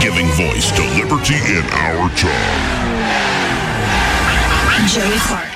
Giving voice to liberty in our job. Joey Clark.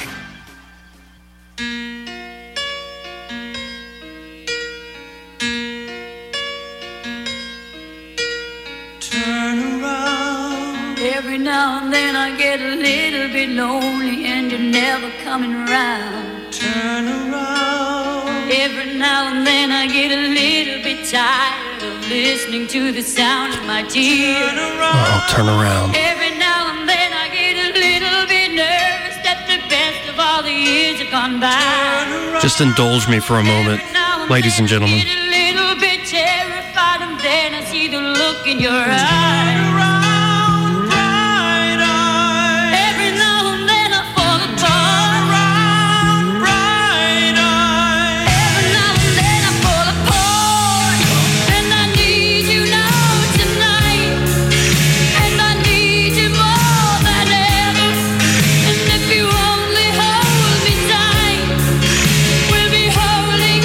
Every now and then I get a little bit lonely and you're never coming around. Turn around. Every now and then I get a little bit tired of listening to the sound of my tears. Turn around. Oh, turn around. Every now and then I get a little bit nervous that the best of all the years have gone by. Just indulge me for a moment, and ladies and gentlemen. a little bit terrified and then I see the look in your eyes. Oh,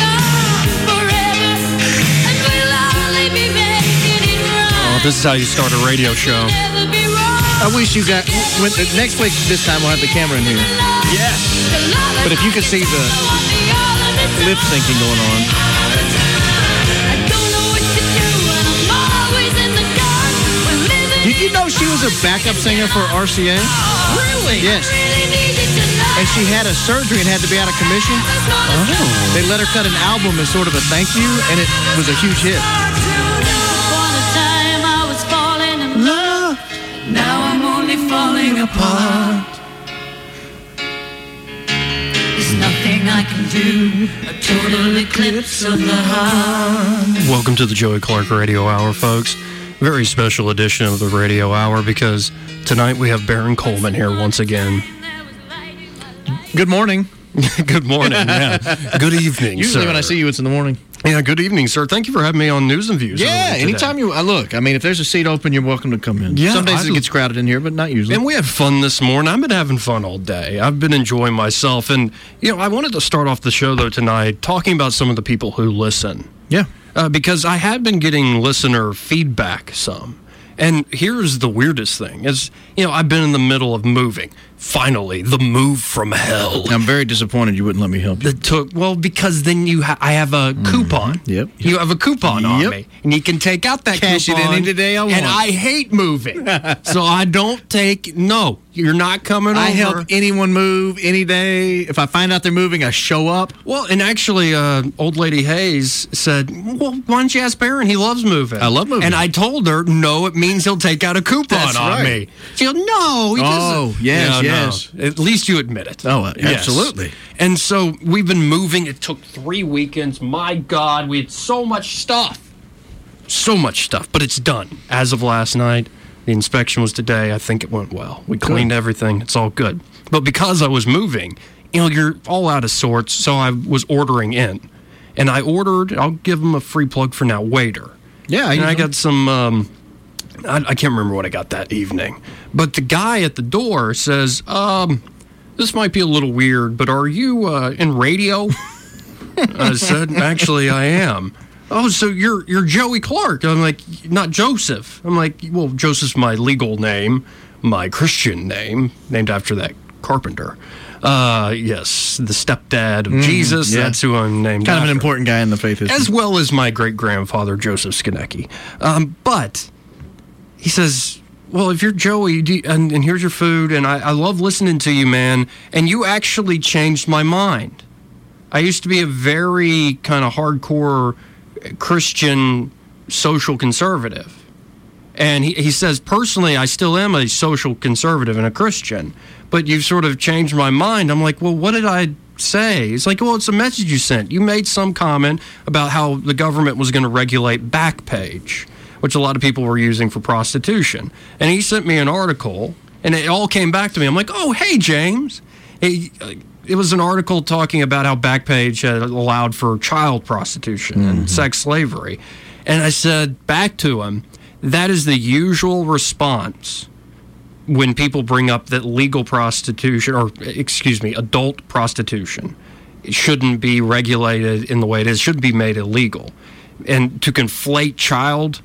Oh, this is how you start a radio show. I wish you got with the, next week. This time we'll have the camera in here. Yes. But if you could see the lip syncing going on. Did you know she was a backup singer for RCA? Really? Yes. And she had a surgery and had to be out of commission. Oh. They let her cut an album as sort of a thank you, and it was a huge hit. Now I'm only falling apart. There's nothing I can do. A total eclipse of the heart. Welcome to the Joey Clark Radio Hour, folks. Very special edition of the Radio Hour because tonight we have Baron Coleman here once again. Good morning. good morning. Yeah. Good evening. Usually sir. when I see you, it's in the morning. Yeah, good evening, sir. Thank you for having me on News and Views. Yeah, earlier today. anytime you I look, I mean, if there's a seat open, you're welcome to come in. Yeah, some days I'd- it gets crowded in here, but not usually. And we had fun this morning. I've been having fun all day. I've been enjoying myself. And, you know, I wanted to start off the show, though, tonight talking about some of the people who listen. yeah, Uh, because I have been getting listener feedback some. And here's the weirdest thing is, you know, I've been in the middle of moving. Finally, the move from hell. I'm very disappointed you wouldn't let me help you. Hmm. That took well because then you ha- I have a coupon. Yep. You have a coupon on Yep. me, and you can take out that Cash it in coupon any day I want. And I hate moving, so I don't take. No, you're not coming. I over. help anyone move any day. If I find out they're moving, I show up. Well, and actually, uh, old lady Hayes said, "Well, why don't you ask Baron? He loves moving. I love moving. And I told her, "No, it means he'll take out a coupon That's on right. me." She goes, "No, he Oh, doesn't." yes, No, no. yes. At least you admit it. Oh, uh, Yes. absolutely. And so we've been moving. It took three weekends. My God, we had so much stuff, so much stuff. But it's done as of last night. The inspection was today. I think it went well. We cleaned everything. It's all good. But because I was moving, you know, you're all out of sorts. So I was ordering in, and I ordered. I'll give them a free plug for now. Waiter. Yeah, and you I know. got some. Um, I, I can't remember what I got that evening, but the guy at the door says, um, "This might be a little weird, but are you uh, in radio?" I said, "Actually, I am." Oh, so you're you're Joey Clark? I'm like, not Joseph. I'm like, well, Joseph's my legal name, my Christian name, named after that carpenter. Uh, yes, the stepdad of Jesus. Mm, yeah. That's who I'm named. Kind of an after important guy in the faith. History. as well as my great grandfather Joseph Skanecki. Um, but he says, "Well, if you're Joey, do you- and, and here's your food, and I, I love listening to you, man, and you actually changed my mind. I used to be a very kind of hardcore Christian social conservative." And he, he says, personally, I still am a social conservative and a Christian, but you've sort of changed my mind. I'm like, well, what did I say? It's like, well, it's a message you sent. You made some comment about how the government was going to regulate Backpage. which a lot of people were using for prostitution. And he sent me an article, and it all came back to me. I'm like, oh, hey, James. It, it was an article talking about how Backpage had allowed for child prostitution and sex slavery. And I said back to him, that is the usual response when people bring up that legal prostitution or excuse me adult prostitution it shouldn't be regulated in the way it is shouldn't be made illegal and to conflate child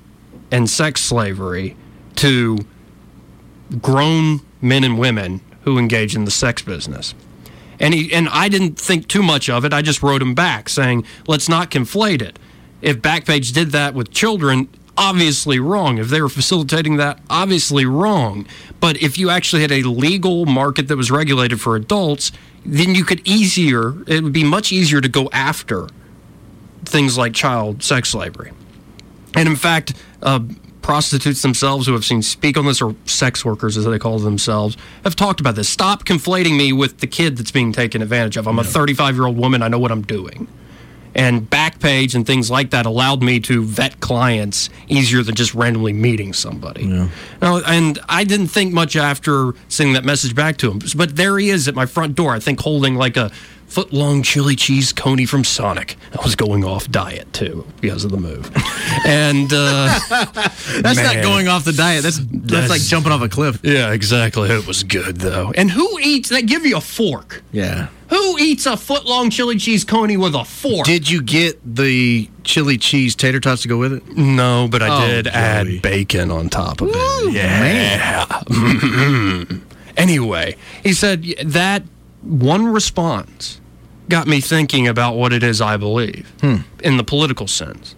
and sex slavery to grown men and women who engage in the sex business and he and I didn't think too much of it. I just wrote him back saying, "Let's not conflate it. If Backpage did that with children, obviously wrong. If they were facilitating that, obviously wrong. But if you actually had a legal market that was regulated for adults, then you could easier. It would be much easier to go after things like child sex slavery. And in fact, uh, prostitutes themselves who have seen speak on this, or sex workers as they call themselves, have talked about this. Stop conflating me with the kid that's being taken advantage of. I'm a 35 year old woman. I know what I'm doing. And Backpage and things like that allowed me to vet clients easier than just randomly meeting somebody. Now, and I didn't think much after sending that message back to him. But there he is at my front door, I think holding like a foot long chili cheese coney from Sonic. I was going off diet too because of the move. and. Uh, That's Man. not going off the diet. That's, that's That's- like jumping off a cliff. Yeah, exactly. It was good though. And who eats? They give you a fork. Yeah. Who eats a foot long chili cheese coney with a fork? Did you get the chili cheese tater tots to go with it? Mm. no, but I Oh, did Joey. add bacon on top of it. Yeah. anyway, he said y- that one response got me thinking about what it is I believe Hmm. in the political sense.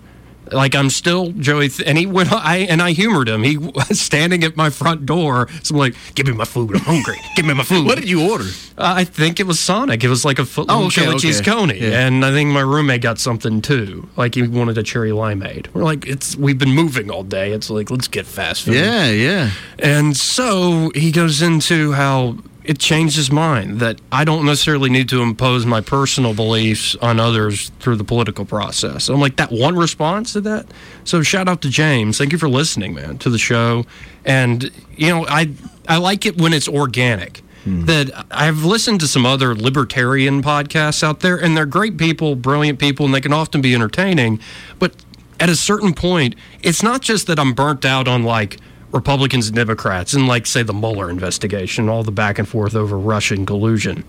Like I'm still Joey, th- and he went. I and I humored him. He was standing at my front door. So I'm like, "Give me my food. I'm hungry. Give me my food." What did you order? Uh, I think it was Sonic. It was like a foot Oh, long okay, chili cheese okay. coney, Yeah. and I think my roommate got something too. Like he wanted a cherry limeade. We're like, it's we've been moving all day. It's like let's get fast food. Yeah, yeah. And so he goes into how it changed his mind that I don't necessarily need to impose my personal beliefs on others through the political process. I'm like, that one response to that? So shout out to James. Thank you for listening, man, to the show. And, you know, I, I like it when it's organic. That I've listened to some other libertarian podcasts out there, and they're great people, brilliant people, and they can often be entertaining. But at a certain point, it's not just that I'm burnt out on like Republicans and Democrats and like say the Mueller investigation, all the back and forth over Russian collusion.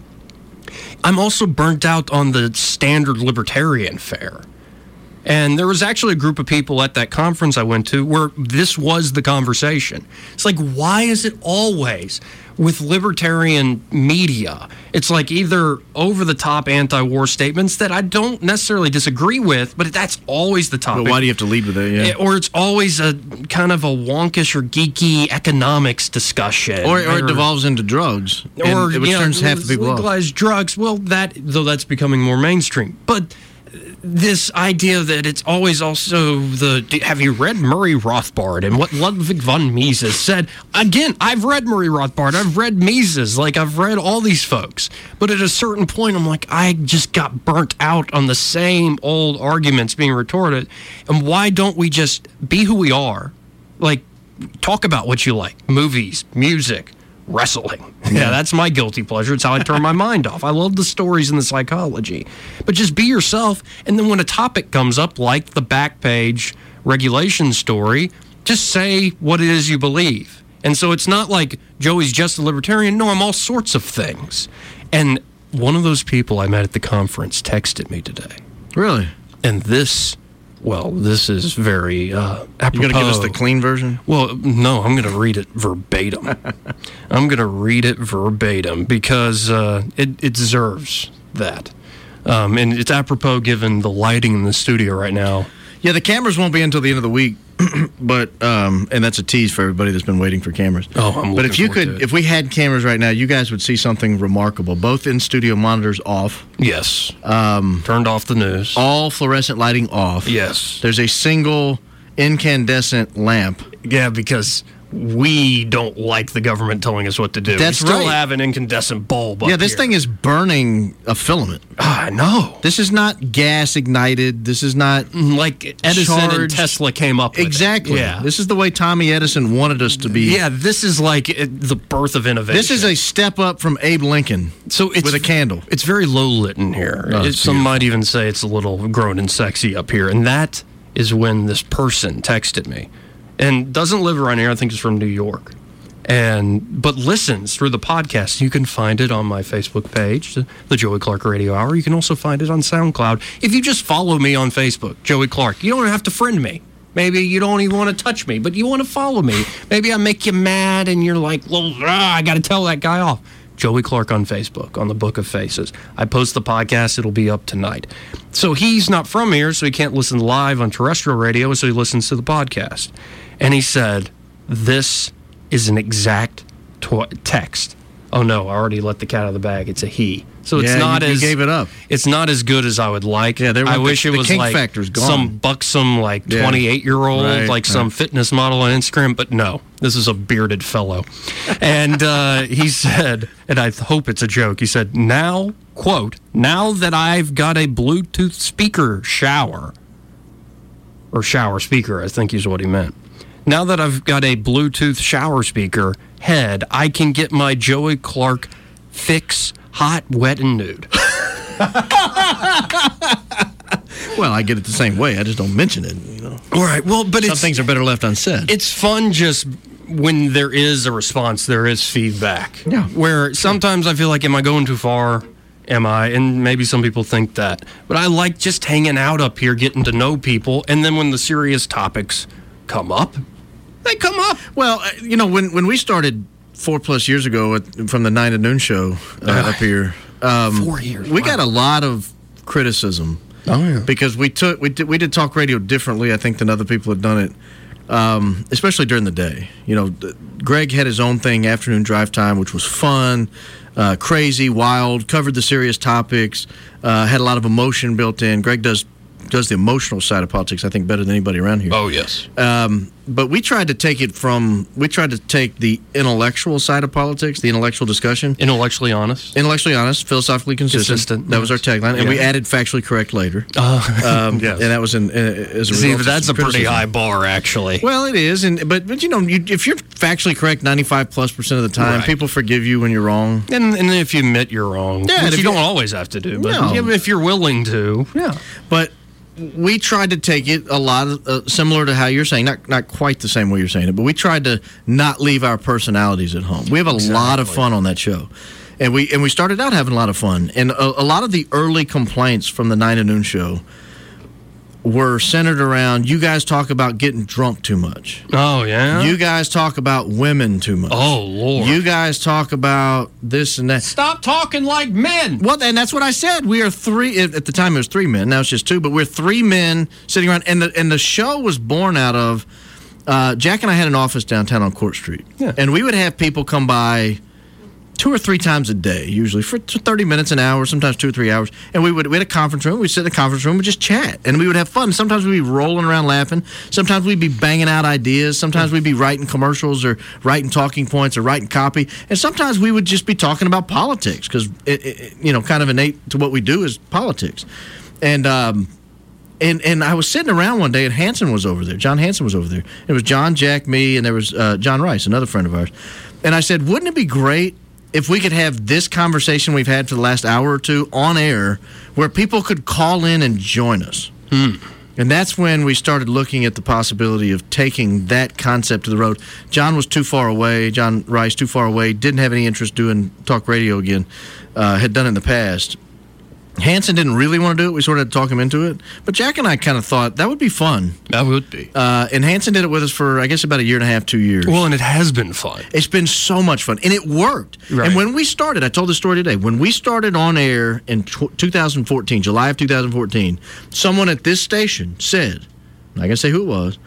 I'm also burnt out on the standard libertarian fare. And there was actually a group of people at that conference I went to where this was the conversation. It's like, why is it always with libertarian media? It's like either over the top anti war statements that I don't necessarily disagree with, but that's always the topic. But why do you have to lead with it? Yeah, Yeah. or it's always a kind of a wonkish or geeky economics discussion, Or, or it devolves into drugs, and or it, which you know, turns half the people off. legalized drugs. Well, that though that's becoming more mainstream, but uh, this idea that it's always also the d- have you read Murray Rothbard and what Ludwig von Mises said again I've read Murray Rothbard I've read Mises like I've read all these folks but at a certain point I'm like I just got burnt out on the same old arguments being retorted and why don't we just be who we are like talk about what you like movies music wrestling yeah that's my guilty pleasure it's how i turn my mind off i love the stories and the psychology but just be yourself and then when a topic comes up like the back page regulation story just say what it is you believe and so it's not like joey's just a libertarian no i'm all sorts of things and one of those people i met at the conference texted me today Really? and this well this is very uh You're going to give us the apropos. clean version? Well, no, I'm going to read it verbatim. I'm going to read it verbatim because uh, it, it deserves that. Um, and it's apropos given the lighting in the studio right now. Yeah, the cameras won't be until the end of the week, but um, and that's a tease for everybody that's been waiting for cameras. Oh, I'm looking But if you forward to could, it. if we had cameras right now, you guys would see something remarkable. Both in studio monitors off, Yes. Um, Turned off the news. all fluorescent lighting off. Yes. There's a single incandescent lamp Yeah, because we don't like the government telling us what to do. That's we still right. have an incandescent bulb. Ah, yeah, this thing is burning a filament. I know. This is not gas ignited. This is not Like Edison and Charged- Tesla came up with it. exactly. Mm. Yeah. This is the way Tommy Edison wanted us to be. yeah, this is like it, the birth of innovation. This is a step up from Abe Lincoln. so it's with a candle. It's very low lit in here. Oh, It- it's some beautiful. might even say it's a little grown and sexy up here. And that is when this person texted me and doesn't live around here. I think it's from New York. And but listens through the podcast. You can find it on my Facebook page, the Joey Clark Radio Hour. You can also find it on SoundCloud. If you just follow me on Facebook, Joey Clark, you don't have to friend me. Maybe you don't even want to touch me, but you want to follow me. Maybe I make you mad and you're like, well, ah, I got to tell that guy off. Joey Clark on Facebook, on the Book of Faces. I post the podcast, it'll be up tonight. So he's not from here, so he can't listen live on terrestrial radio, so he listens to the podcast. And he said, This is an exact to- text. Oh no, I already let the cat out of the bag. It's a he. So it's Yeah, not you- you as gave it up. It's not as good as I would like. Yeah, there I went the- wish it the was kink like factor's gone. some buxom like Yeah. 28 year old Right, like some right. fitness model on instagram but no this is a bearded fellow and uh, he said and i hope it's a joke he said now quote now that i've got a bluetooth speaker shower or shower speaker i think is what he meant now that i've got a bluetooth shower speaker head i can get my joey clark fix hot wet and nude Well, I get it the same way. I just don't mention it. You know, all right well but some things are better left unsaid. it's fun just when there is a response, there is feedback. Yeah. Where sometimes I feel like, am I going too far? Am I? And maybe some people think that. But I like just hanging out up here, getting to know people. And then when the serious topics come up, they come up. Well, uh, you know, when when we started four plus years ago at, from the nine to noon show uh, Uh-huh. up here, um, Four years, we wow. got a lot of criticism. Oh, yeah. because we took we did, we did talk radio differently, I think, than other people had done it. Um, especially during the day, you know, th- Greg had his own thing, afternoon drive time, which was fun, uh, crazy, wild. Covered the serious topics, uh, had a lot of emotion built in. Greg does does the emotional side of politics, I think, better than anybody around Oh. here. yes. But we tried to take it from we tried to take the intellectual side of politics, the intellectual discussion, Intellectually honest. intellectually honest, philosophically consistent. Consistent, That was our yes. tagline, and we Yeah. Oh, added factually correct later. um, yes. and that was in uh, as a See, result of that's a some pretty criticism. high bar, actually. Well, it is, and but but you know, you, if you're factually correct ninety five plus percent of the time, Right. people forgive you when you're wrong. and, and if you admit you're wrong, Yeah, and which if you you- don't always have to do, but No. yeah, if you're willing to, yeah. But we tried to take it a lot of, uh, similar to how you're saying, not not quite the same way you're saying it, but we tried to not leave our personalities at home. We have a lot of fun on that show, and we and we started out having a lot of fun. And a, a lot of the early complaints from the nine to noon show were centered around you guys talk about getting drunk too much. Oh, yeah. You guys talk about women too much. Oh, Lord. You guys talk about this and that. Stop talking like men. Well, and that's what I said. We are three at at the time. It was three men. Now it's just two, but we're three men sitting around, and the and the show was born out of uh, Jack and I had an office downtown on Court Street, Yeah. and we would have people come by two or three times a day, usually for t- thirty minutes, an hour, sometimes two or three hours, and we would we had a conference room. We'd sit in the conference room, we'd just chat, and we would have fun. Sometimes we'd be rolling around laughing. Sometimes we'd be banging out ideas. Sometimes we'd be writing commercials or writing talking points or writing copy, and sometimes we would just be talking about politics because it, it, it- you know kind of innate to what we do is politics, and. um and and I was sitting around one day, and Hanson was over there. John Hanson was over there. It was John, Jack, me, and there was uh, John Rice, another friend of ours. And I said, "Wouldn't it be great if we could have this conversation we've had for the last hour or two on air, where people could call in and join us?" And that's when we started looking at the possibility of taking that concept to the road. John was too far away. John Rice too far away. Didn't have any interest doing talk radio again. Uh, had done it in the past. Hanson didn't really want to do it. We sort of had to talk him into it. But Jack and I kind of thought that would be fun. That would be. Uh, and Hanson did it with us for, I guess, about a year and a half, two years. well, and it has been fun. It's been so much fun, and it worked. Right. And when we started, I told the story today. When we started on air in tw 2014, July of 2014, someone at this station said, "I'm not gonna say who it was."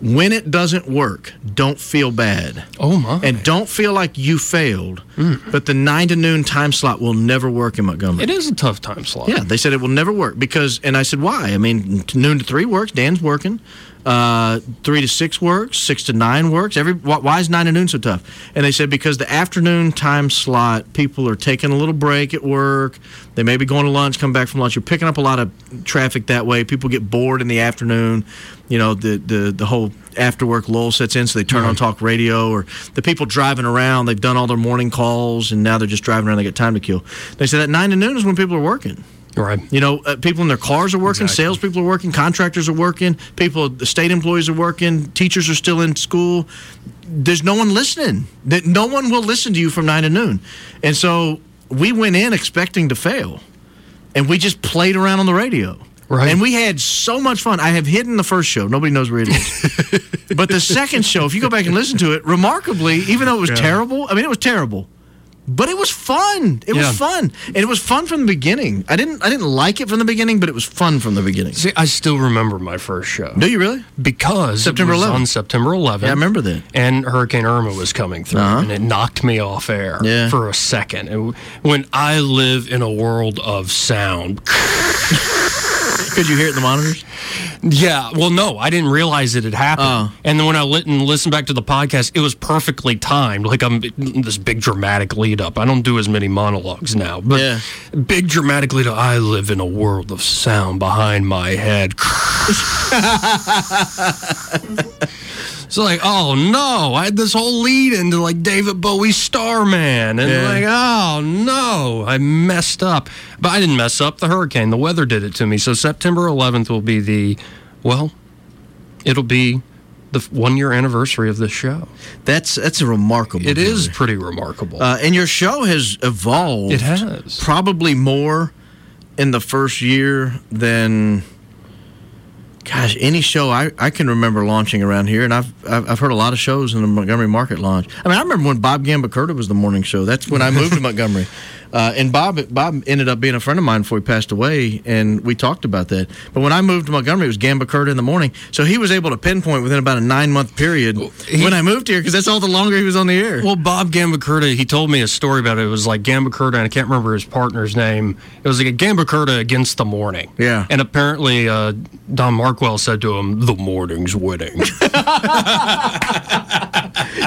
When it doesn't work, don't feel bad. Oh, my. Hmm. And don't feel like you failed. But the nine to noon time slot will never work in Montgomery. It is a tough time slot. Yeah, they said it will never work because, and I said why? I mean, t- noon to three works. Dan's working. Uh, three to six works, six to nine works. Every why, why is nine to noon so tough? And they said because the afternoon time slot, people are taking a little break at work. They may be going to lunch, come back from lunch. You're picking up a lot of traffic that way. People get bored in the afternoon. You know the the the whole after work lull sets in, so they turn on talk radio or the people driving around. They've done all their morning calls, and now they're just driving around. They got time to kill. They said that nine to noon is when people are working. Right. You know, uh, people in their cars are working, Exactly. salespeople are working, contractors are working, people, the state employees are working, teachers are still in school. There's no one listening. That no one will listen to you from nine to noon, and so we went in expecting to fail, and we just played around on the radio. Right. And we had so much fun. I have hidden the first show. Nobody knows where it is. but the second show, if you go back and listen to it, remarkably, even though it was terrible, I mean, it was terrible but it was fun. It Yeah. was fun, and it was fun from the beginning. I didn't I didn't like it from the beginning, but it was fun from the beginning. See, I still remember my first show. Do you really? Because September it was 11th. on September 11th. Yeah, I remember that. And Hurricane Irma was coming through, Uh-huh. and it knocked me off air Yeah. for a second. It w- when I live in a world of sound, Could you hear it in the monitors? yeah. Well, no, I didn't realize it had happened. And then when I lit and listened back to the podcast, it was perfectly timed. Like I'm this big dramatic lead up. I don't do as many monologues now, but Yeah. big dramatic lead up. I live in a world of sound behind my head. It's like, oh no, I had this whole lead into like David Bowie's Starman. And Yeah. like, oh no, I messed up. But I didn't mess up. The hurricane, the weather did it to me. So September 11th will be the, well, it'll be the one year anniversary of this show. That's that's a remarkable. It is brother. pretty remarkable. Uh, and your show has evolved. It has. probably more in the first year than. Gosh, any show I, I can remember launching around here, and I've, I've I've heard a lot of shows in the Montgomery Market launch. I mean, I remember when Bob Gambakerta was the morning show. That's when I moved to Montgomery, uh, and Bob Bob ended up being a friend of mine before he passed away, and we talked about that. But when I moved to Montgomery, it was Gambakerta in the morning, so he was able to pinpoint within about a nine month period he- when I moved here because that's all the longer he was on the air. Well, Bob Gambakerta, he told me a story about it. It was like Gambakerta, and I can't remember his partner's name. It was like a Gambakerta against the morning. Yeah. And apparently, uh, Don Markwell said to him, "The morning's winning."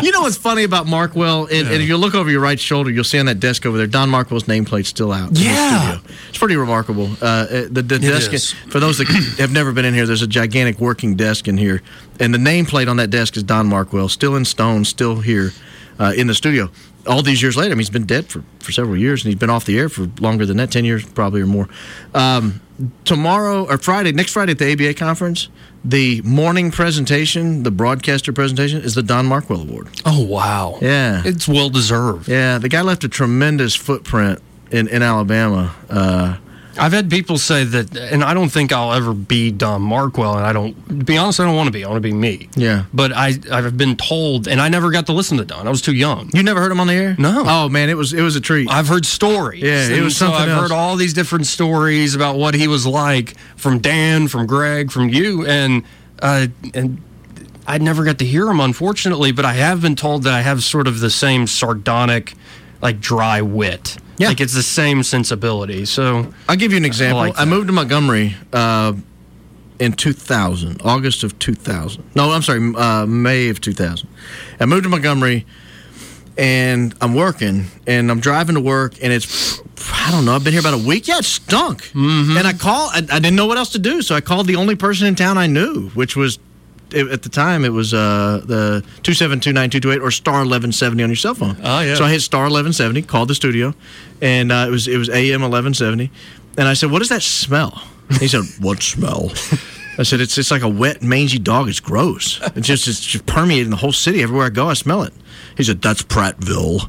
You know what's funny about Markwell? And, and if you look over your right shoulder, you'll see on that desk over there, Don Markwell's nameplate's still out. in the Yeah. studio. It's pretty remarkable. Uh, Uh, the the desk, is. for those that have never been in here, there's a gigantic working desk in here. And the nameplate on that desk is Don Markwell, still in stone, still here uh, in the studio. All these years later, I mean, he's been dead for, for several years, and he's been off the air for longer than that, 10 years probably or more. Um, tomorrow or Friday, next Friday at the ABA conference, the morning presentation, the broadcaster presentation, is the Don Markwell Award. oh wow. Yeah. It's well deserved. Yeah, the guy left a tremendous footprint in, in Alabama. Uh, I've had people say that, and I don't think I'll ever be Don Markwell, and I don't, to be honest, I don't want to be. I want to be me. Yeah. But I, I've been told, and I never got to listen to Don. I was too young. you never heard him on the air? No. Oh man, it was it was a treat. I've heard stories. Yeah, it And was so something I've else. heard all these different stories about what he was like from Dan, from Greg, from you, and uh, and I never got to hear him, unfortunately. But I have been told that I have sort of the same sardonic, like dry wit. Yeah. like it's the same sensibility. So I'll give you an example. I, like that. moved to Montgomery uh, in 2000, August of 2000. No, I'm sorry, uh, May of 2000. I moved to Montgomery and I'm working and I'm driving to work and it's, I don't know, I've been here about a week. Yeah, it stunk. And I call. I, I didn't know what else to do. So I called the only person in town I knew, which was, it, at the time, it was uh, the 2729228 or star 1170 on your cell phone. Oh, yeah. So I hit star 1170, called the studio, and uh, it was it was AM 1170. And I said, What is that smell? He said, What smell? I said, It's it's like a wet, mangy dog. It's gross. It's just, it's just permeating the whole city. Everywhere I go, I smell it. He said, That's Prattville.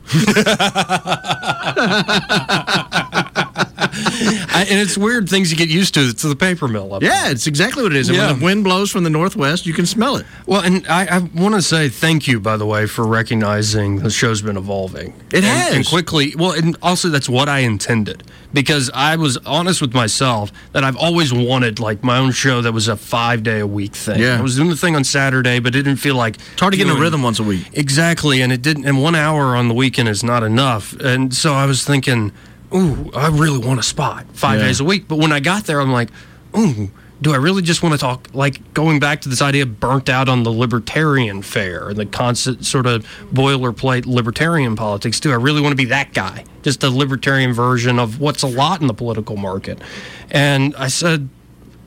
I, and it's weird things you get used to. It's the paper mill up. yeah, it's exactly what it is. And Yeah. when the wind blows from the northwest, you can smell it. Well, and I, I want to say thank you, by the way, for recognizing the show's been evolving. And- It has. And quickly. Well, and also that's what I intended because I was honest with myself that I've always wanted like my own show that was a five day a week thing. Yeah. I was doing the thing on Saturday, but it didn't feel like It's hard to get in a rhythm once a week. Exactly, and it didn't. And one hour on the weekend is not enough. And so I was thinking, ooh, I really want a spot five Yeah. days a week. But when I got there, I'm like, ooh, do I really just want to talk? Like going back to this idea of burnt out on the libertarian fare and the constant sort of boilerplate libertarian politics. Do I really want to be that guy? Just a libertarian version of what's a lot in the political market. And I said,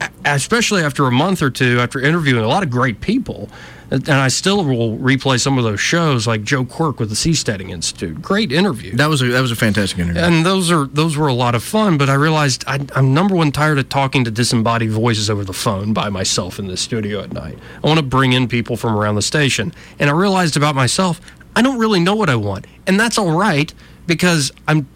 a- especially after a month or two, after interviewing a lot of great people, and and I still will replay some of those shows, like Joe Quirk with the Seasteading Institute. Great interview. That was a, that was a fantastic interview. And those are those were a lot of fun, but I realized I, I'm number one tired of talking to disembodied voices over the phone by myself in the studio at night. I want to bring in people from around the station, and I realized about myself I don't really know what I want, and that's all right because I'm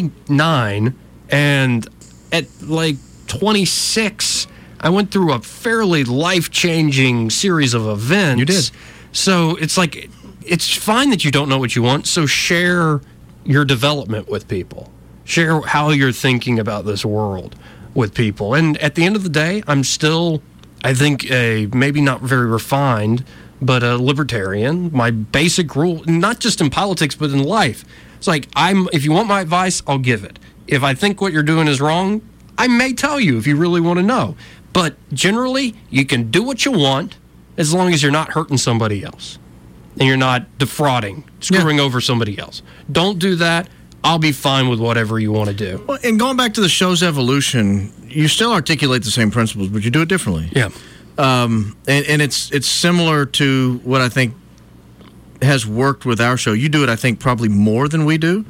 29 and at like 26 I went through a fairly life changing series of events. You did. So it's like, it's fine that you don't know what you want. So share your development with people, share how you're thinking about this world with people. And at the end of the day, I'm still, I think, a maybe not very refined, but a libertarian. My basic rule, not just in politics, but in life. It's like, I'm, if you want my advice, I'll give it. If I think what you're doing is wrong, I may tell you if you really want to know. But generally, you can do what you want as long as you're not hurting somebody else and you're not defrauding, screwing over somebody else. Don't do that. I'll be fine with whatever you want to do. Well, and going back to the show's evolution, you still articulate the same principles, but you do it differently. Yeah. and, and it's it's similar to what I think has worked with our show. You do it, I think, probably more than we do,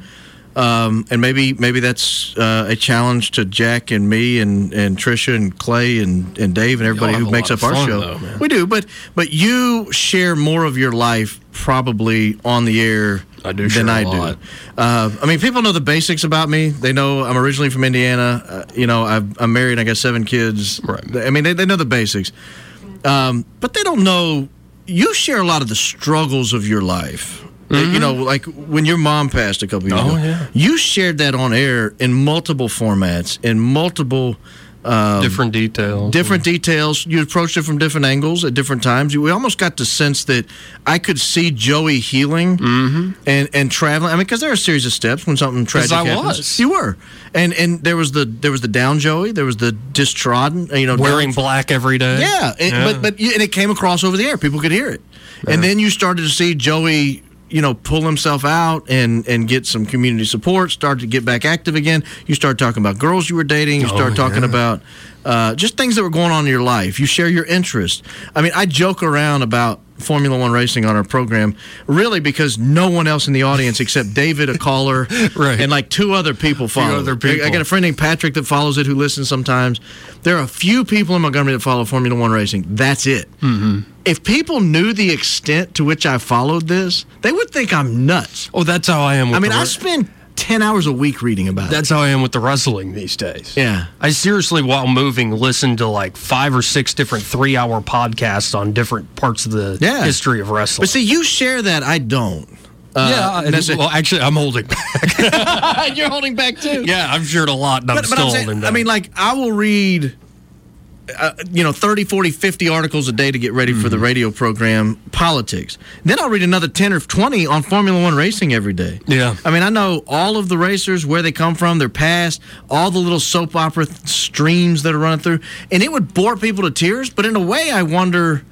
um, and maybe maybe that's uh, a challenge to Jack and me and and Trisha and Clay and, and Dave and everybody Y'all have who a makes lot of up our fun, show. though, man. we do, but but you share more of your life probably on the air. I do than share a I lot. do. Uh, I mean, people know the basics about me. They know I'm originally from Indiana. Uh, you know, I've, I'm married. I got seven kids. Right. I mean, they, they know the basics but they don't know you share a lot of the struggles of your life. You know, like when your mom passed a couple years Mm-hmm. Oh, ago, yeah. you shared that on air in multiple formats, in multiple different details. Um, different details. You approached it from different angles at different times. We almost got the sense that I could see Joey healing and and traveling. I mean, because there are a series of steps when something tragic Mm-hmm. I happens. was. You were, and and there was the there was the down Joey. There was the distrodden. You know, Wearing down- black every day. yeah, it, Yeah. but but you- and it came across over the air. People could hear it, and then you started to see Joey, you know, pull himself out and and get some community support. Start to get back active again. You start talking about girls you were dating. Oh, You start talking about uh, just things that were going on in your life. You share your interests. I mean, I joke around about. Formula One racing on our program, really, because no one else in the audience except David, a caller, Right. and like two other people follow. other it. I- I people. got a friend named Patrick that follows it who listens sometimes. There are a few people in Montgomery that follow Formula One racing. That's it. Mm-hmm. If people knew the extent to which I followed this, they would think I'm nuts. Oh, that's how I am. With I mean, the I re- spend 10 hours a week reading about that's how I am with the wrestling these days. Yeah. I seriously, while moving, listen to like five or six different three-hour podcasts on different parts of the Yeah. history of it. wrestling. But see, you share that. I don't. yeah, Uh, and- that's it. well, actually, I'm holding back. You're holding back too. yeah, I've shared a lot, and I'm But, but still I'm holding saying, back. I mean, like, I will read, uh, you know, 30, 40, 50 articles a day to get ready for Mm-hmm. the radio program, politics. Then I'll read another 10 or 20 on Formula One racing every day. Yeah. I mean, I know all of the racers, where they come from, their past, all the little soap opera th- streams that are running through. And it would bore people to tears, but in a way, I wonder.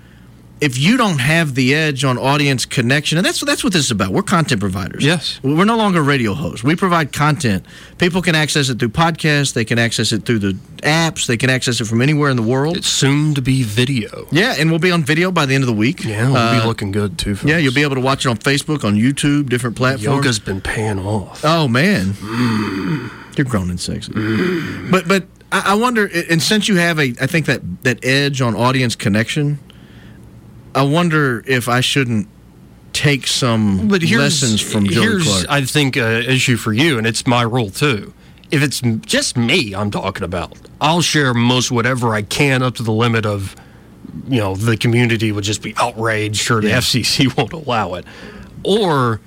If you don't have the edge on audience connection, and that's that's what this is about. We're content providers. Yes. We're no longer radio hosts. We provide content. People can access it through podcasts. They can access it through the apps. They can access it from anywhere in the world. it's soon to be video. yeah, and we'll be on video by the end of the week. Yeah, we'll Uh, be looking good too. Folks. yeah, you'll be able to watch it on Facebook, on YouTube, different platforms. Yoga's been paying off. Oh man, you're grown and sexy. But but I, I wonder, a- and since you have a, I think that that edge on audience connection, I wonder if I shouldn't take some but here's, lessons from Joey here's, Clark. I think an issue for you, and it's my rule too. If it's m- just me, I'm talking about. I'll share most whatever I can up to the limit of, you know, the community would just be outraged or the FCC won't allow it, or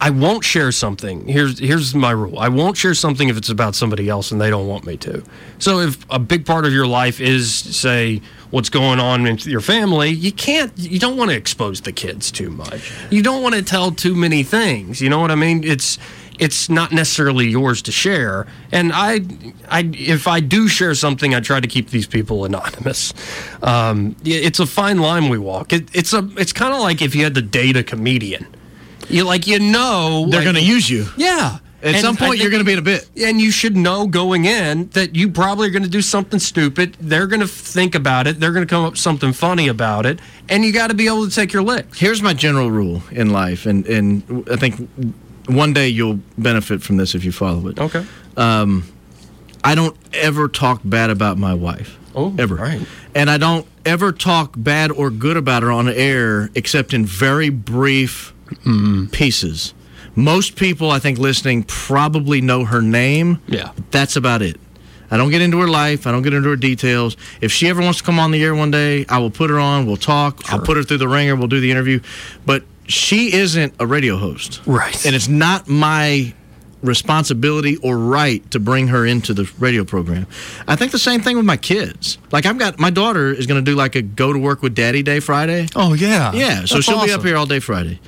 I won't share something. Here's here's my rule. I won't share something if it's about somebody else and they don't want me to. So if a big part of your life is say what's going on in your family, you can't you don't want to expose the kids too much. You don't want to tell too many things. You know what I mean? It's it's not necessarily yours to share. And I, I, if I do share something, I try to keep these people anonymous. Um, i- it's a fine line we walk. It, it's a, it's kind of like if you had to date a comedian. You like you know They're like- going to use you. yeah. At some point, you're gonna be in a bit. And you should know going in that you probably are going to do something stupid. They're going to think about it. They're going to come up with something funny about it. And you got to be able to take your lick. Here's my general rule in life, and, and I think one day you'll benefit from this if you follow it. Okay. I don't ever talk bad about my wife. Oh, ever. all right. And I don't ever talk bad or good about her on air except in very brief Mm-hmm. pieces. Most people, I think, listening probably know her name. Yeah. That's about it. I don't get into her life. I don't get into her details. If she ever wants to come on the air one day, I will put her on. We'll talk. I'll put her through the ringer. We'll do the interview. But she isn't a radio host. Right. And it's not my responsibility or right to bring her into the radio program. I think the same thing with my kids. Like I've got my daughter is going to do like a go to work with daddy day Friday. Oh yeah. Yeah, so she'll be up here all day Friday.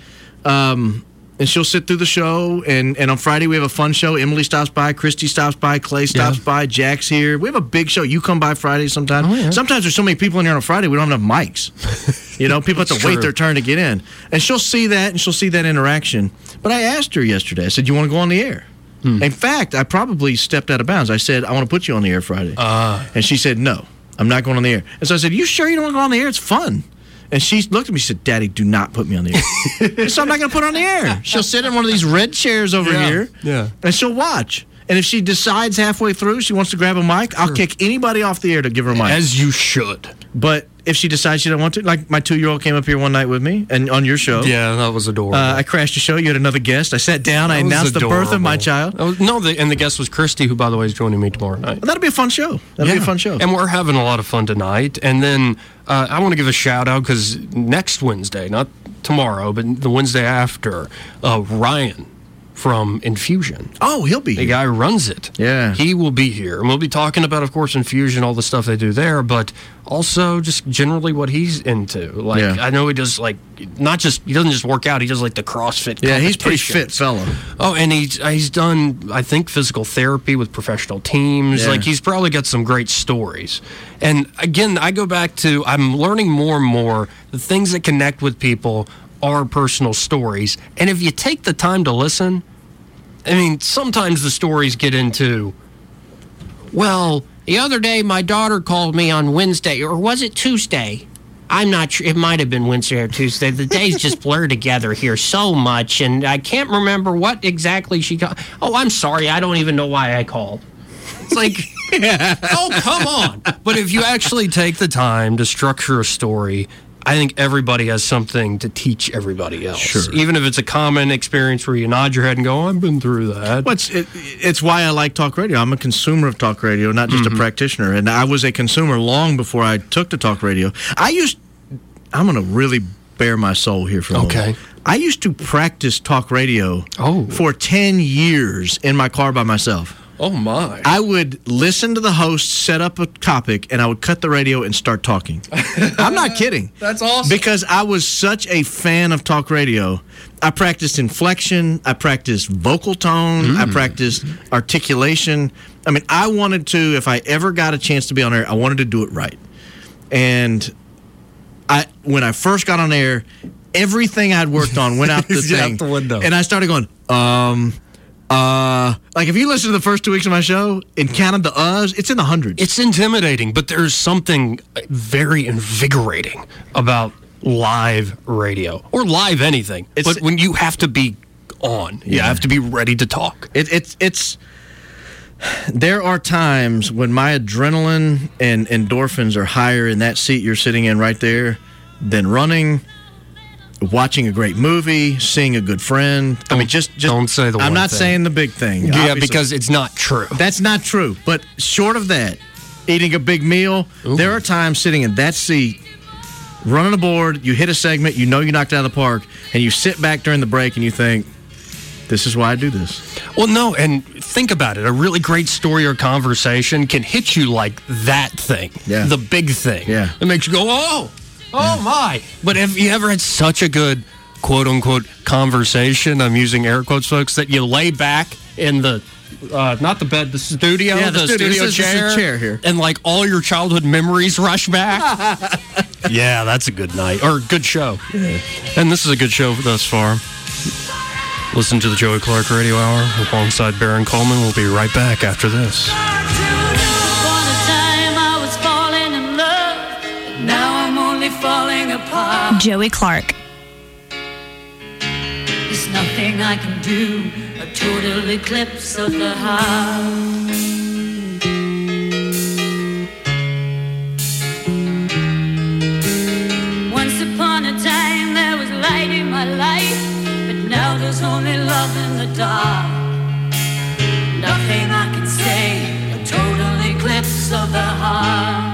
Um, and she'll sit through the show. And, and on Friday, we have a fun show. Emily stops by, Christy stops by, Clay stops by, Jack's here. We have a big show. You come by Friday sometime. Sometimes there's so many people in here on a Friday, we don't have enough mics. you know, people have to That's wait true. their turn to get in. And she'll see that and she'll see that interaction. But I asked her yesterday, I said, You want to go on the air? Hmm. In fact, I probably stepped out of bounds. I said, I want to put you on the air Friday. Ah. And she said, No, I'm not going on the air. And so I said, You sure you don't want to go on the air? It's fun. And she looked at me and said, Daddy, do not put me on the air. so I'm not going to put her on the air. She'll sit in one of these red chairs over Yeah, here yeah. and she'll watch. And if she decides halfway through she wants to grab a mic, I'll kick anybody off the air to give her a mic. As you should. but if she decides she do not want to, like my two year old came up here one night with me and on your show. Yeah, that was adorable. Uh, I crashed a show. You had another guest. I sat down. I That was announced the birth of my adorable. Oh. child. That was- no, the, and the guest was Christy, who by the way is joining me tomorrow night. That'll be a fun show. That'll be a fun show. And we're having a lot of fun tonight. And then uh, I want to give a shout out because next Wednesday, not tomorrow, but the Wednesday after, uh, Ryan from Infusion, oh, he'll be the here. guy who runs it, Yeah. he will be here. And we'll be talking about, of course, Infusion, all the stuff they do there, but also just generally what he's into. Like, Yeah. I know he does, like, not just, he doesn't just work out, he does, like, the CrossFit. yeah, he's pretty competitions. fit fella. Oh, and he's he's done I think physical therapy with professional teams. Yeah. Like he's probably got some great stories. And again, I go back to I'm learning more and more the things that connect with people are personal stories. And if you take the time to listen, I mean, sometimes the stories get into well, the other day my daughter called me on Wednesday or was it Tuesday? I'm not sure. It might have been Wednesday or Tuesday. The days just blur together here so much, and I can't remember what exactly she got. Oh, I'm sorry. I don't even know why I called. It's like, oh, come on. But if you actually take the time to structure a story, I think everybody has something to teach everybody else. Sure. Even if it's a common experience where you nod your head and go, I've been through that. Well, it's, it, it's why I like talk radio. I'm a consumer of talk radio, not just Mm-hmm. a practitioner. And I was a consumer long before I took to talk radio. I used, I'm going to really bare my soul here for a moment. Okay. I used to practice talk radio Oh. for 10 years in my car by myself. Oh, my. I would listen to the host set up a topic and I would cut the radio and start talking. I'm not kidding. That's awesome. Because I was such a fan of talk radio. I practiced inflection, I practiced vocal tone, Mm. I practiced articulation. I mean, I wanted to, if I ever got a chance to be on air, I wanted to do it right. And I when I first got on air, everything I'd worked on went out the Out thing. the window. And I started going, um, uh, like if you listen to the first two weeks of my show and counted the uhs, it's in the hundreds. It's intimidating, but there's something very invigorating about live radio or live anything. It's- but when you have to be on, you Yeah. have to be ready to talk. It, it's it's. There are times when my adrenaline and endorphins are higher in that seat you're sitting in right there than running, watching a great movie, seeing a good friend. I mean, Don't- just, just don't say the I'm one not thing. saying the big thing. Yeah, obviously. because it's not true. That's not true. But short of that, eating a big meal, there are times sitting in that seat, running a board, you hit a segment, you know you knocked it out of the park, and you sit back during the break and you think, this is why I do this. Well, no, and think about it. A really great story or conversation can hit you like that thing, Yeah. the big thing. Yeah. It makes you go, oh, oh my. But have you ever had such a good, quote unquote conversation. I'm using air quotes, folks. That you lay back in the uh, not the bed, the studio, Yeah, the studio. studio This is- this is a chair, chair here. and like all your childhood memories rush back. yeah, that's a good night or good show. And this is a good show thus far. Listen to the Joey Clark Radio Hour alongside Baron Coleman. We'll be right back after this. Upon a time I was falling in love, but now I'm only falling apart. Joey Clark. There's nothing I can do, a total eclipse of the heart. Once upon a time there was light in my life, but now there's only love in the dark. Nothing I can say, a total eclipse of the heart.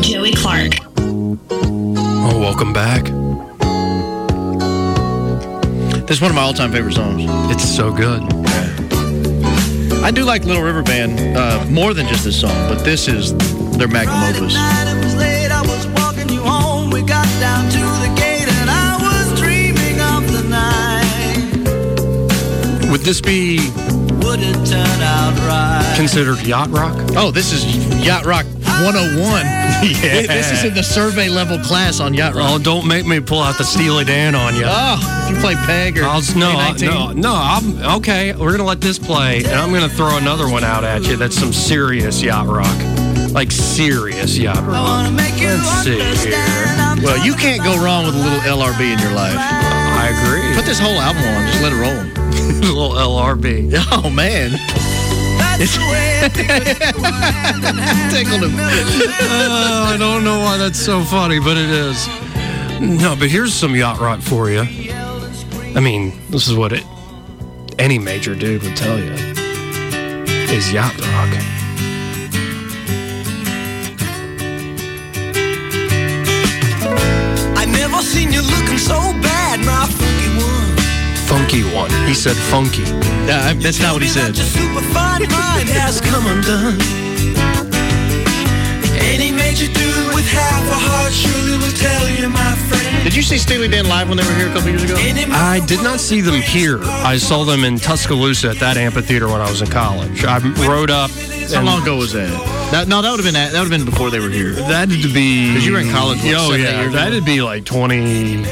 Joey Clark. Oh, welcome back. That's one of my all-time favorite songs. It's so good. I do like Little River Band uh, more than just this song, but this is their magnum opus. Night it was late, I was walking you home. We got down to the gate and I was dreaming of the night. Would this be Would it turn out right? considered yacht rock? Oh, this is Yacht Rock 101. Yeah. This is in the survey level class on Yacht Rock. Oh, don't make me pull out the Steely Dan on you. Oh, if you play Peg or I'll, s- no, I- K19. no, no. I'm okay. We're gonna let this play, and I'm gonna throw another one out at you. That's some serious yacht rock, like serious yacht rock. Let's see here. Well, you can't go wrong with a little LRB in your life. I agree. Put this whole album on, just let it roll. little LRB. Oh man, tickled him. I don't know why that's so funny, but it is. No, but here's some yacht rock for you. I mean, this is what it any major dude would tell you is yacht rock. I never seen you looking so bad, my funky one. Funky one. He said funky. Nah, I- that's not what he said. Your super fine mind has come undone. Any major dude with half a heart surely will tell you, my friend. Did you see Steely Dan live when they were here a couple years ago? Any I did not see them here. I saw them in Tuscaloosa at that amphitheater when I was in college. I rode up. How and long ago was that? That- no, that would have been at- that would have been before they were here. That'd be 'Cause you were in college, what, oh seven, eight yeah, years that'd be like twenty,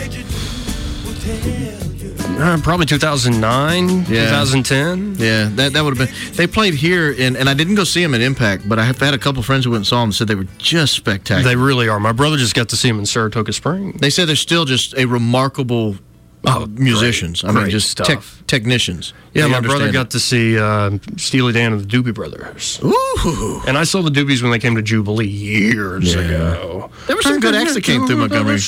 uh, probably two thousand nine, two Yeah. thousand ten. Yeah, that, that would have been. They played here, in, and I didn't go see them at Impact, but I have had a couple friends who went and saw them and said they were just spectacular. They really are. My brother just got to see them in Saratoga Springs. They said they're still just a remarkable Oh, uh, musicians. I mean, great just stuff. tech, technicians. Yeah, They my brother understand got to see uh, Steely Dan and the Doobie Brothers. it. Ooh, And I saw the Doobies when they came to Jubilee years Yeah. ago. There were some good acts that came through Montgomery.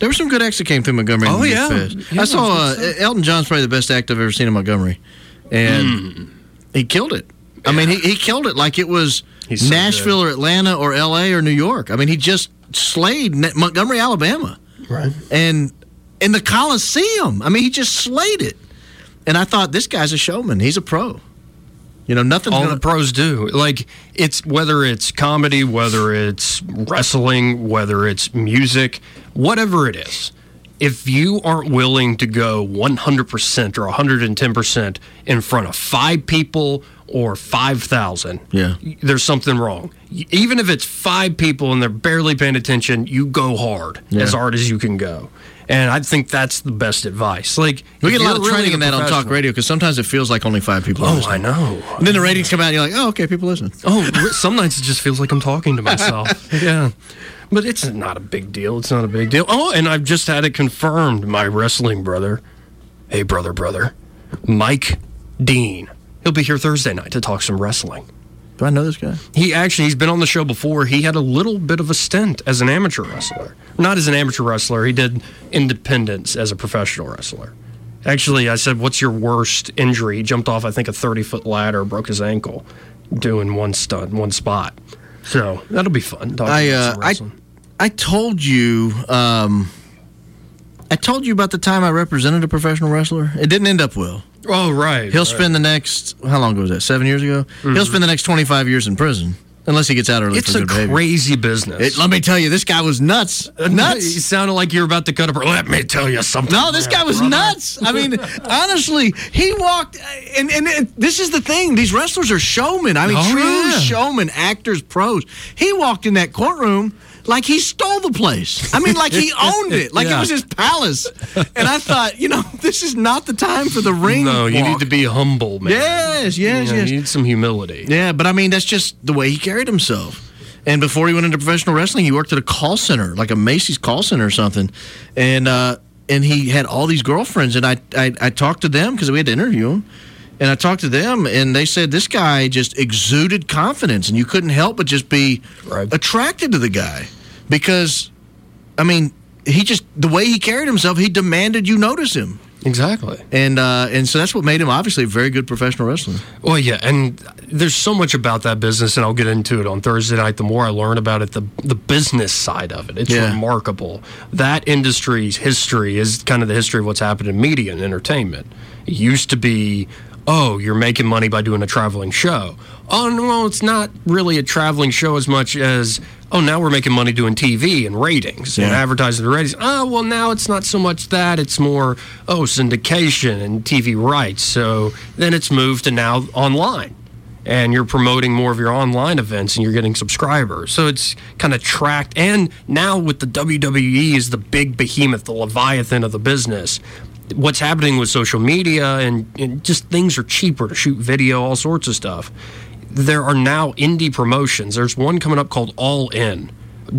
there were some good acts that came through Montgomery. Oh, in the yeah. Fest. Yeah, I saw that's uh, Elton John's probably the best act I've ever seen in Montgomery, and Hmm. he killed it. I mean, he, he killed it like it was He's so Nashville or Atlanta or L.A. or New York. I mean, he just slayed Na- Montgomery, Alabama. Right. and in the Coliseum. I mean, he just slayed it. And I thought this guy's a showman. He's a pro. You know, nothing's all gonna- the pros do. Like it's whether it's comedy, whether it's wrestling, whether it's music, whatever it is. If you aren't willing to go 100% or 110% in front of five people or 5,000, Yeah. there's something wrong. Y- Even if it's five people and they're barely paying attention, you go hard, Yeah. as hard as you can go. And I think that's the best advice. Like We if get a lot you're of really training in that on talk professional- radio because sometimes it feels like only five people. are Oh, listening. I know. And then the ratings come out, and you're like, oh, okay, people listen. Oh, r- some nights it just feels like I'm talking to myself. yeah. But it's not a big deal. It's not a big deal. Oh, and I've just had it confirmed. My wrestling brother, hey, brother, brother, Mike Dean. He'll be here Thursday night to talk some wrestling. Do I know this guy? He actually, he's been on the show before. He had a little bit of a stint as an amateur wrestler. Not as an amateur wrestler, he did independence as a professional wrestler. Actually, I said, What's your worst injury? He jumped off, I think, a 30 foot ladder, broke his ankle doing one stunt, one spot. So that'll be fun. talking uh, I, about uh, some I, wrestling. I told you um, I told you about the time I represented a professional wrestler. It didn't end up well. Oh, right. He'll right. Mm-hmm. spend the next how long ago was that? Seven years ago. He'll spend the next twenty five years in prison unless he gets out early. It's for a good behavior. crazy business. Uh, It- let me tell you, this guy was nuts. It Nuts. sounded like you're about to cut a. br- Let me tell you something. No, this there, guy was brother. nuts. I mean, honestly, he walked, and and it- this is the thing. These wrestlers are showmen. I mean, Oh, true yeah. showmen, actors, pros. He walked in that courtroom like he stole the place. I mean, like he owned it, like it Yeah. was his palace. And I thought, you know, this is not the time for the ring. No, you need walk. to be humble, man. Yes, yes, You know, yes. You need some humility. Yeah, but I mean, that's just the way he carried himself. And before he went into professional wrestling, he worked at a call center, like a Macy's call center or something. And uh, and he had all these girlfriends, and I I, I talked to them because we had to interview him. And I talked to them, and they said this guy just exuded confidence, and you couldn't help but just be Right. attracted to the guy because, I mean, he just the way he carried himself, he demanded you notice him, Exactly. and uh, and so that's what made him obviously a very good professional wrestler. Well, yeah, and there's so much about that business, and I'll get into it on Thursday night. The more I learn about it, the the business side of it, it's Yeah. remarkable. That industry's history is kind of the history of what's happened in media and entertainment. It used to be, oh, you're making money by doing a traveling show. Oh, no, well, it's not really a traveling show as much as. Oh, now we're making money doing TV and ratings and Yeah. advertising the ratings. Oh, well, now it's not so much that. It's more, oh, syndication and TV rights. So then it's moved to now online. And you're promoting more of your online events and you're getting subscribers. So it's kind of tracked. And now with the WWE is the big behemoth, the leviathan of the business. What's happening with social media and, and just things are cheaper to shoot video, all sorts of stuff. There are now indie promotions. There's one coming up called All In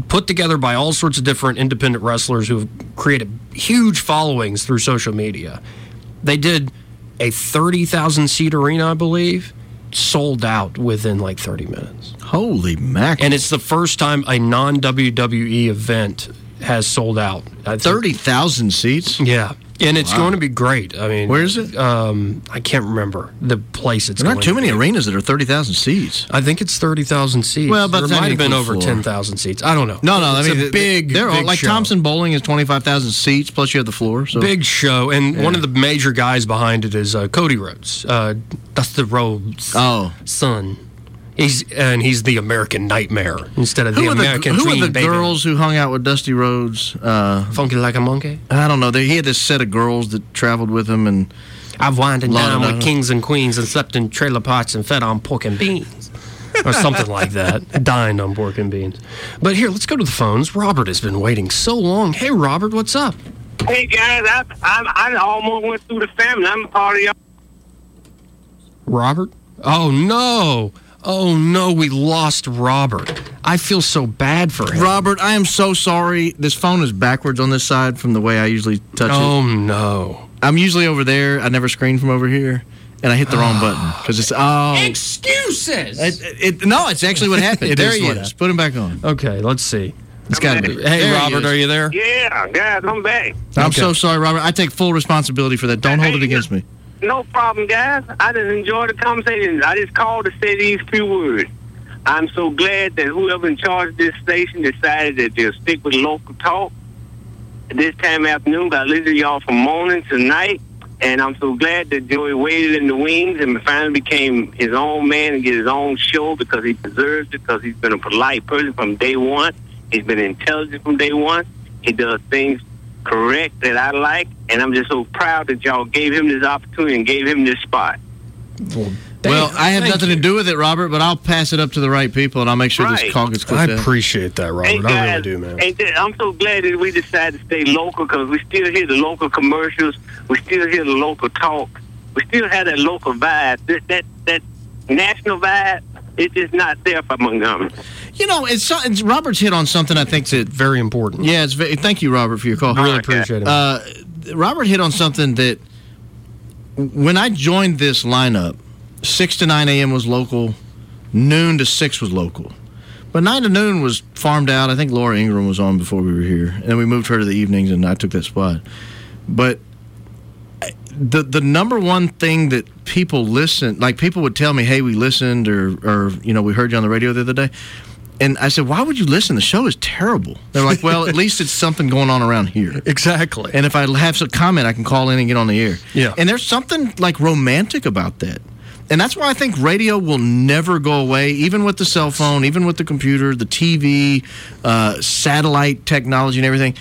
put together by all sorts of different independent wrestlers who have created huge followings through social media. They did a 30,000 seat arena, I believe, sold out within like 30 minutes. Holy mackerel! And it's the first time a non WWE event has sold out. I think- Thirty thousand seats. Yeah. And it's going to be great. I mean, Where is it? Um, I can't remember the place it's There going aren't too to many be. arenas that are thirty thousand seats. I think it's 30,000 seats. Well, by there the time might you have been include over floor. 10,000 seats. I don't know. No, no, it's I mean a big, They're all, big like show. Thompson Bowling is twenty five thousand seats. Plus you have the floor. So Big show, and one of the major guys behind it is uh, Cody Rhodes. Uh, that's the Rhodes Oh. son. He's and he's the American Nightmare instead of Who the are the, American who Dream. are the baby. girls who hung out with Dusty Rhodes? Uh, Funky like a monkey. I don't know. They, he had this set of girls that traveled with him, and I've winded La, down la, with la. kings and queens and slept in trailer parks and fed on pork and beans. or something like that. Dined on pork and beans. But here, let's go to the phones. Robert has been waiting so long. Hey, Robert, what's up? Hey guys, I I, I almost went through the family. I'm a part of y'all. Robert? Oh no. Oh no, we lost Robert. I feel so bad for him. Robert, I am so sorry. This phone is backwards on this side from the way I usually touch it. Oh no. I'm usually over there. I never screen from over here, and I hit the wrong button because it's oh. Excuses. It, it, no, it's actually what happened. It there is he what is. happened. Put him back on. Okay, let's see. It's got to be. Hey There he Robert, is. are you there? Yeah, guys, I'm back. I'm Okay. so sorry, Robert. I take full responsibility for that. Don't hold it against me. No problem, guys. I just enjoyed the conversation. I just called to say these few words. I'm so glad that whoever in charge of this station decided that they'll stick with local talk this time afternoon. But I listened to y'all from morning to night, and I'm so glad that Joey waited in the wings and finally became his own man and get his own show because he deserves it because he's been a polite person from day one. He's been intelligent from day one. He does things correct that I like, and I'm just so proud that y'all gave him this opportunity and gave him this spot. well, I have nothing to do with it, Robert, but I'll pass it up to the right people and I'll make sure Right. this call gets I clicked out. appreciate that, Robert. Oh, I really do, man. and th- I'm so glad that we decided to stay local because we still hear the local commercials. We still hear the local talk. We still have that local vibe. That that, that national vibe, it is not there for Montgomery. You know, it's, so- it's Robert's hit on something I think that. Very important. Yeah, it's very, thank you, Robert, for your call. Really appreciate it. Uh, Robert hit on something that when I joined this lineup, 6 to 9 a.m. was local, noon to 6 was local. But 9 to noon was farmed out. I think Laura Ingram was on before we were here. And then we moved her to the evenings, and I took that spot. But I- the the number one thing that people listen like people would tell me hey we listened or or you know we heard you on the radio the other day And I said, "Why would you listen? The show is terrible." They're like, "Well, at least it's something going on around here." Exactly. And if I have some comment, I can call in and get on the air. Yeah. And there's something like romantic about that. And that's why I think radio will never go away, even with the cell phone, even with the computer, the TV, uh, satellite technology, and everything.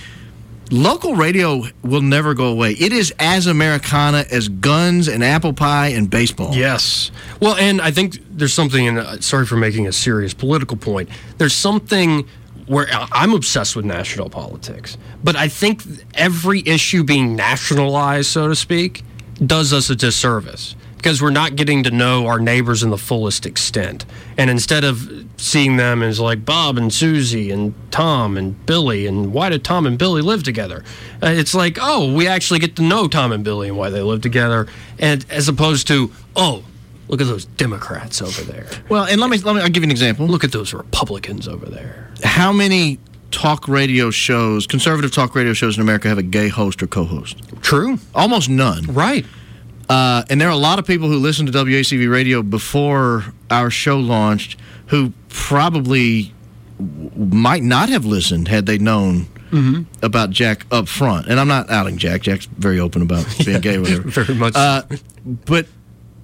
Local radio will never go away. It is as Americana as guns and apple pie and baseball. Yes. Well, and I think there's something, and uh, sorry for making a serious political point, there's something where I- I'm obsessed with national politics, but I think every issue being nationalized, so to speak, does us a disservice because we're not getting to know our neighbors in the fullest extent. And instead of seeing them as like Bob and Susie and Tom and Billy and why did Tom and Billy live together? Uh, it's like, oh, we actually get to know Tom and Billy and why they live together. And as opposed to, oh, look at those Democrats over there. Well, and let me let me I'll give you an example. Look at those Republicans over there. How many talk radio shows, conservative talk radio shows in America, have a gay host or co-host? True. Almost none. Right. Uh, and there are a lot of people who listened to WACV radio before our show launched who probably w- might not have listened had they known Mm-hmm. about Jack up front. And I'm not outing Jack. Jack's very open about being gay, or whatever. Very much. so. Uh, but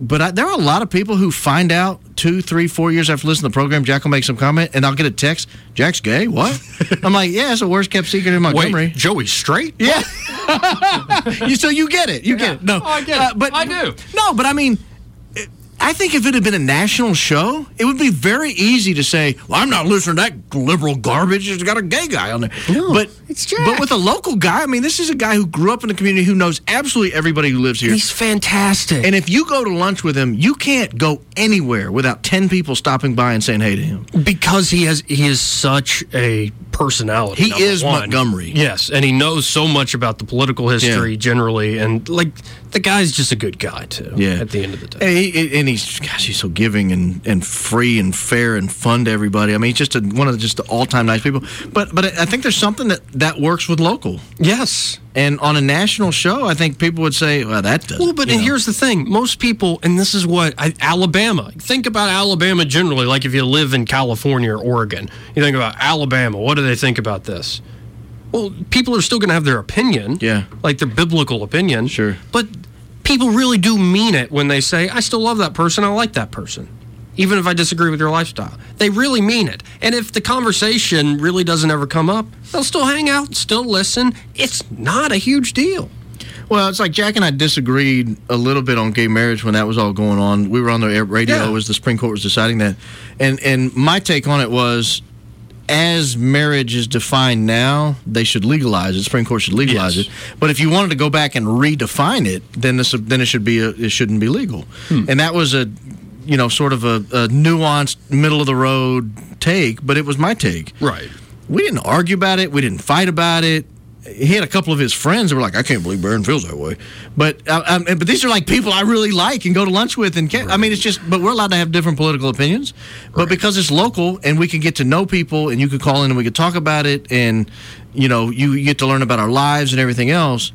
but I, there are a lot of people who find out two, three, four years after listening to the program. Jack will make some comment, and I'll get a text. Jack's gay. What? I'm like, yeah, it's the worst kept secret in Montgomery. Wait, Joey's straight? Yeah. you, so you get it. You get it. No, Oh, I get it. Uh, but I do. No, but I mean, it- I think if it had been a national show, it would be very easy to say, "Well, I'm not listening to that liberal garbage. It's got a gay guy on there." No, but it's But Jack. with a local guy, I mean, this is a guy who grew up in the community who knows absolutely everybody who lives here. He's fantastic. and if you go to lunch with him, you can't go anywhere without ten people stopping by and saying hey to him. because he has he is such a personality. He number is one. Montgomery. Yes, and he knows so much about the political history Yeah. generally, and like the guy's just a good guy too. Yeah. at the end of the day. And, he, and he's gosh, he's so giving and, and free and fair and fun to everybody. I mean, he's just a, one of the, just the all time nice people. But but I think there's something that that works with local. Yes. And on a national show, I think people would say, well, that doesn't. Well, but you and know. here's the thing: most people, and this is what I, Alabama. Think about Alabama generally. Like if you live in California or Oregon, you think about Alabama. What do they think about this? Well, people are still going to have their opinion. Yeah. like their biblical opinion. Sure. but people really do mean it when they say, "I still love that person. I like that person." Even if I disagree with your lifestyle, they really mean it. And if the conversation really doesn't ever come up, they'll still hang out, still listen. It's not a huge deal. Well, it's like Jack and I disagreed a little bit on gay marriage when that was all going on. We were on the air- radio Yeah. as the Supreme Court was deciding that, and and my take on it was, as marriage is defined now, they should legalize it. Supreme Court should legalize Yes. it. But if you wanted to go back and redefine it, then this then it should be a, it shouldn't be legal. Hmm. And that was a, you know, sort of a, a nuanced middle of the road take, but it was my take Right. we didn't argue about it. We didn't fight about it. He had a couple of his friends that were like, "I can't believe Barron feels that way," but uh, um, but these are like people I really like and go to lunch with, and can, I mean, it's just. But we're allowed to have different political opinions, but because it's local and we can get to know people, and you could call in and we could talk about it, and you know, you you get to learn about our lives and everything else.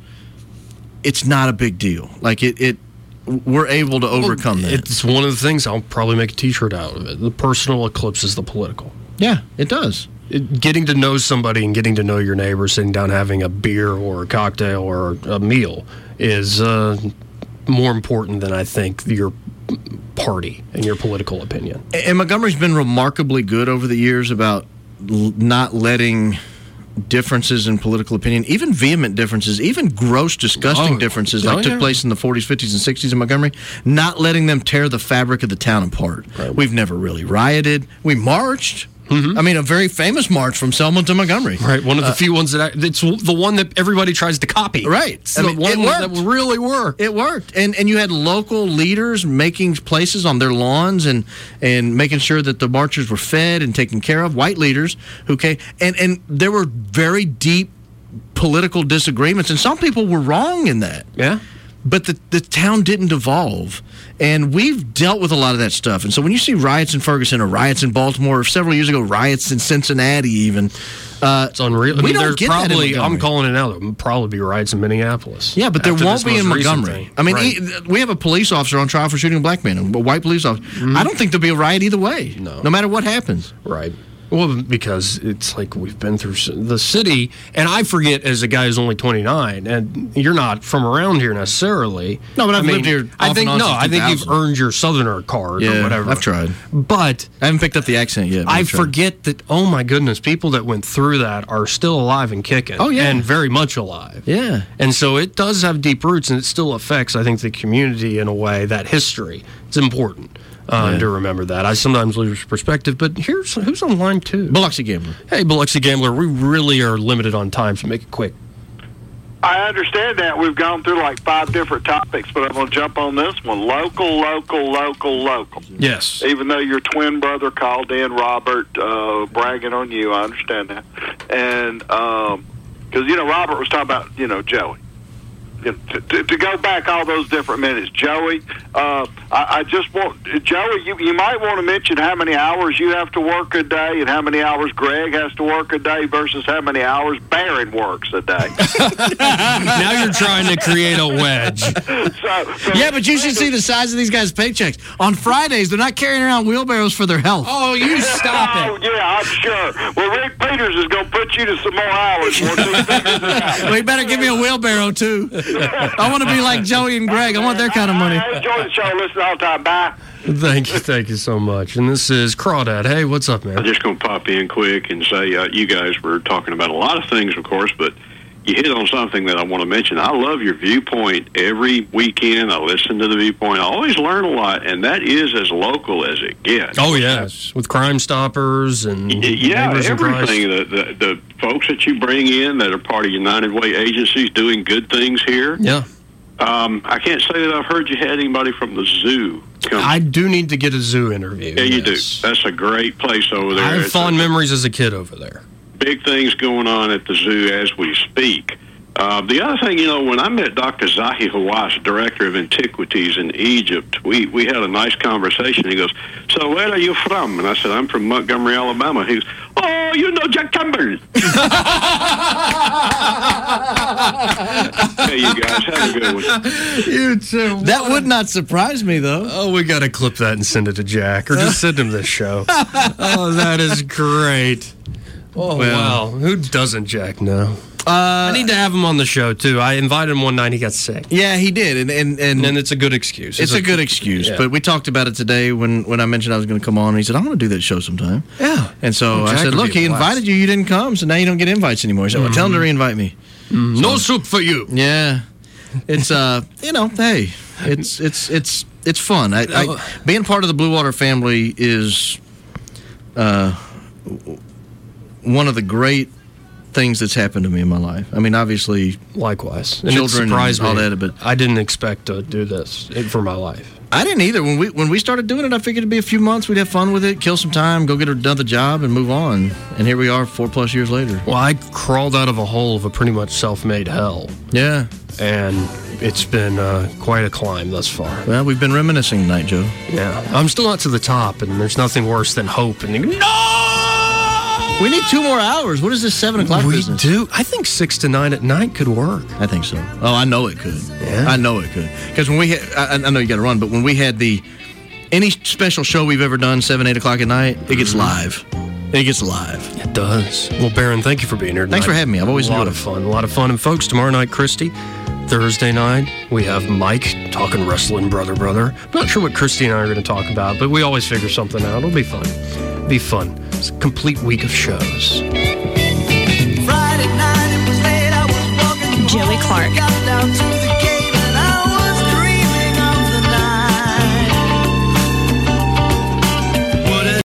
It's not a big deal. Like it, it we're able to overcome that. It's one of the things I'll probably make a T-shirt out of it. The personal eclipses the political. yeah, it does. It- getting to know somebody and getting to know your neighbor, sitting down having a beer or a cocktail or a meal is uh, more important than I think your party and your political opinion. And Montgomery's been remarkably good over the years about l- not letting differences in political opinion, even vehement differences, even gross, disgusting Oh, differences oh, like took yeah. place in the 40s, 50s, and 60s in Montgomery, not letting them tear the fabric of the town apart. Right. Mm-hmm. We've never really rioted. We marched. I mean, a very famous march from Selma to Montgomery. Right, one of the few ones that I, it's the one that everybody tries to copy. uh, Right. It's I the mean, one it that worked. will really work. It worked, and and you had local leaders making places on their lawns and and making sure that the marchers were fed and taken care of. White leaders who came, and and there were very deep political disagreements, and some people were wrong in that. yeah. But the, the town didn't evolve. And we've dealt with a lot of that stuff. And so when you see riots in Ferguson or riots in Baltimore, or several years ago, riots in Cincinnati, even, uh, It's unreal. I We mean, don't there's get that in probably, I'm Montgomery. calling it now, there'll probably be riots in Minneapolis. Yeah, but there after this won't be most in recent Montgomery. thing. I mean, Right. e- we have a police officer on trial for shooting a black man, a white police officer. I don't think there'll be a riot either way, Mm-hmm. No. no matter what happens. Right. Well, because it's like we've been through s- the city, and I forget as a guy who's only 29, and you're not from around here necessarily. No, but I've I lived here I off think and on no, since I think you've 2000. earned your Southerner card or whatever. I've tried. But I haven't picked up the accent yet. but I I've tried. forget that. Oh my goodness, people that went through that are still alive and kicking. Oh, yeah. and very much alive. Yeah. And so it does have deep roots, and it still affects, I think, the community in a way. That history, it's important uh, Yeah. to remember that. I sometimes lose perspective, but here's who's on line two. Biloxi Gambler. Hey, Biloxi Gambler, we really are limited on time, so make it quick. I understand that. We've gone through like five different topics, but I'm going to jump on this one. Local, local, local, local. Yes. Even though your twin brother called in, Robert, uh, bragging on you, I understand that. And because, you know, Robert was talking about, you know, Joey. You know, To, to, to go back all those different minutes, Joey, uh, I, I just want Joey. You, you might want to mention how many hours you have to work a day, and how many hours Greg has to work a day versus how many hours Barron works a day. now you're trying to create a wedge. yeah, but you should see the size of these guys' paychecks. On Fridays, they're not carrying around wheelbarrows for their health. Oh, you stop it. yeah, I'm sure. Well, Rick Peters is going to put you to some more hours. once he figures it out. well, you better give me a wheelbarrow too. I want to be like Joey and Greg. I want their kind of money. I enjoy the show. Listen all the time. Bye. Thank you, thank you so much. And this is Crawdad. Hey, what's up, man? I'm just going to pop in quick and say uh, you guys were talking about a lot of things, of course, but you hit on something that I want to mention. I love your viewpoint every weekend. I listen to the viewpoint. I always learn a lot, and that is as local as it gets. Oh yes, with Crime Stoppers and Yeah, Neighbors in Christ. everything. The, the the folks that you bring in that are part of United Way agencies doing good things here. Yeah. Um, I can't say that I've heard you had anybody from the zoo. I do need to get a zoo interview. Yeah, you do. That's a great place over there. I have It's a- fond memories as a kid over there. big things going on at the zoo as we speak. Uh, the other thing, you know, when I met Dr. Zahi Hawass, director of antiquities in Egypt, we, we had a nice conversation. He goes, "So where are you from?" And I said, "I'm from Montgomery, Alabama." He goes, "Oh, you know Jack Campbell." hey, you guys, have a good one. you too. That would not surprise me though. Oh, we got to clip that and send it to Jack, or just send him this show. oh, that is great. Oh Well. wow, who doesn't Jack know? Uh, I need to have him on the show too. I invited him one night. He got sick. Yeah, he did, and and and, Mm. it's a good excuse. It's, a, good excuse. Yeah. But we talked about it today when when I mentioned I was going to come on. And he said, "I'm going to do that show sometime." Yeah. And so Oh, I Jack said, would "Look, be he a blast." invited you. You didn't come, so now you don't get invites anymore." So well, tell him to reinvite me. Mm-hmm. No soup for you. Yeah, it's uh, you know, hey, it's it's it's it's fun. I, I being part of the Blue Water family is uh, w- one of the great things that's happened to me in my life. I mean, obviously, likewise, And it children, surprised all me. that, but I didn't expect to do this eh, for my life. I didn't either. When we when we started doing it, I figured it'd be a few months. We'd have fun with it, kill some time, go get another job, and move on. And here we are, four plus years later. Well, I crawled out of a hole of a pretty much self-made hell, Yeah. and it's been uh, quite a climb thus far. Well, we've been reminiscing tonight, Joe. Yeah, I'm still not to the top, and there's nothing worse than hope. And We need two more hours. What is this seven o'clock we business? do. I think six to nine at night could work. I think so. Oh, I know it could. Yeah. I know it could. Because when we had, I, I know you got to run, but when we had the any special show we've ever done, seven eight o'clock at night, it gets live. It gets live. It does. Well, Baron, thank you for being here. Thanks tonight. for having me. I've always a lot enjoyed of it. fun. A lot of fun. And folks, tomorrow night, Christy. Thursday night, we have Mike talking wrestling, brother, brother. I'm not sure what Christy and I are going to talk about, but we always figure something out. It'll be fun. Be fun. It's a complete week of shows. Friday night, it was late. I was walking Joey Clark. Got down to the gate.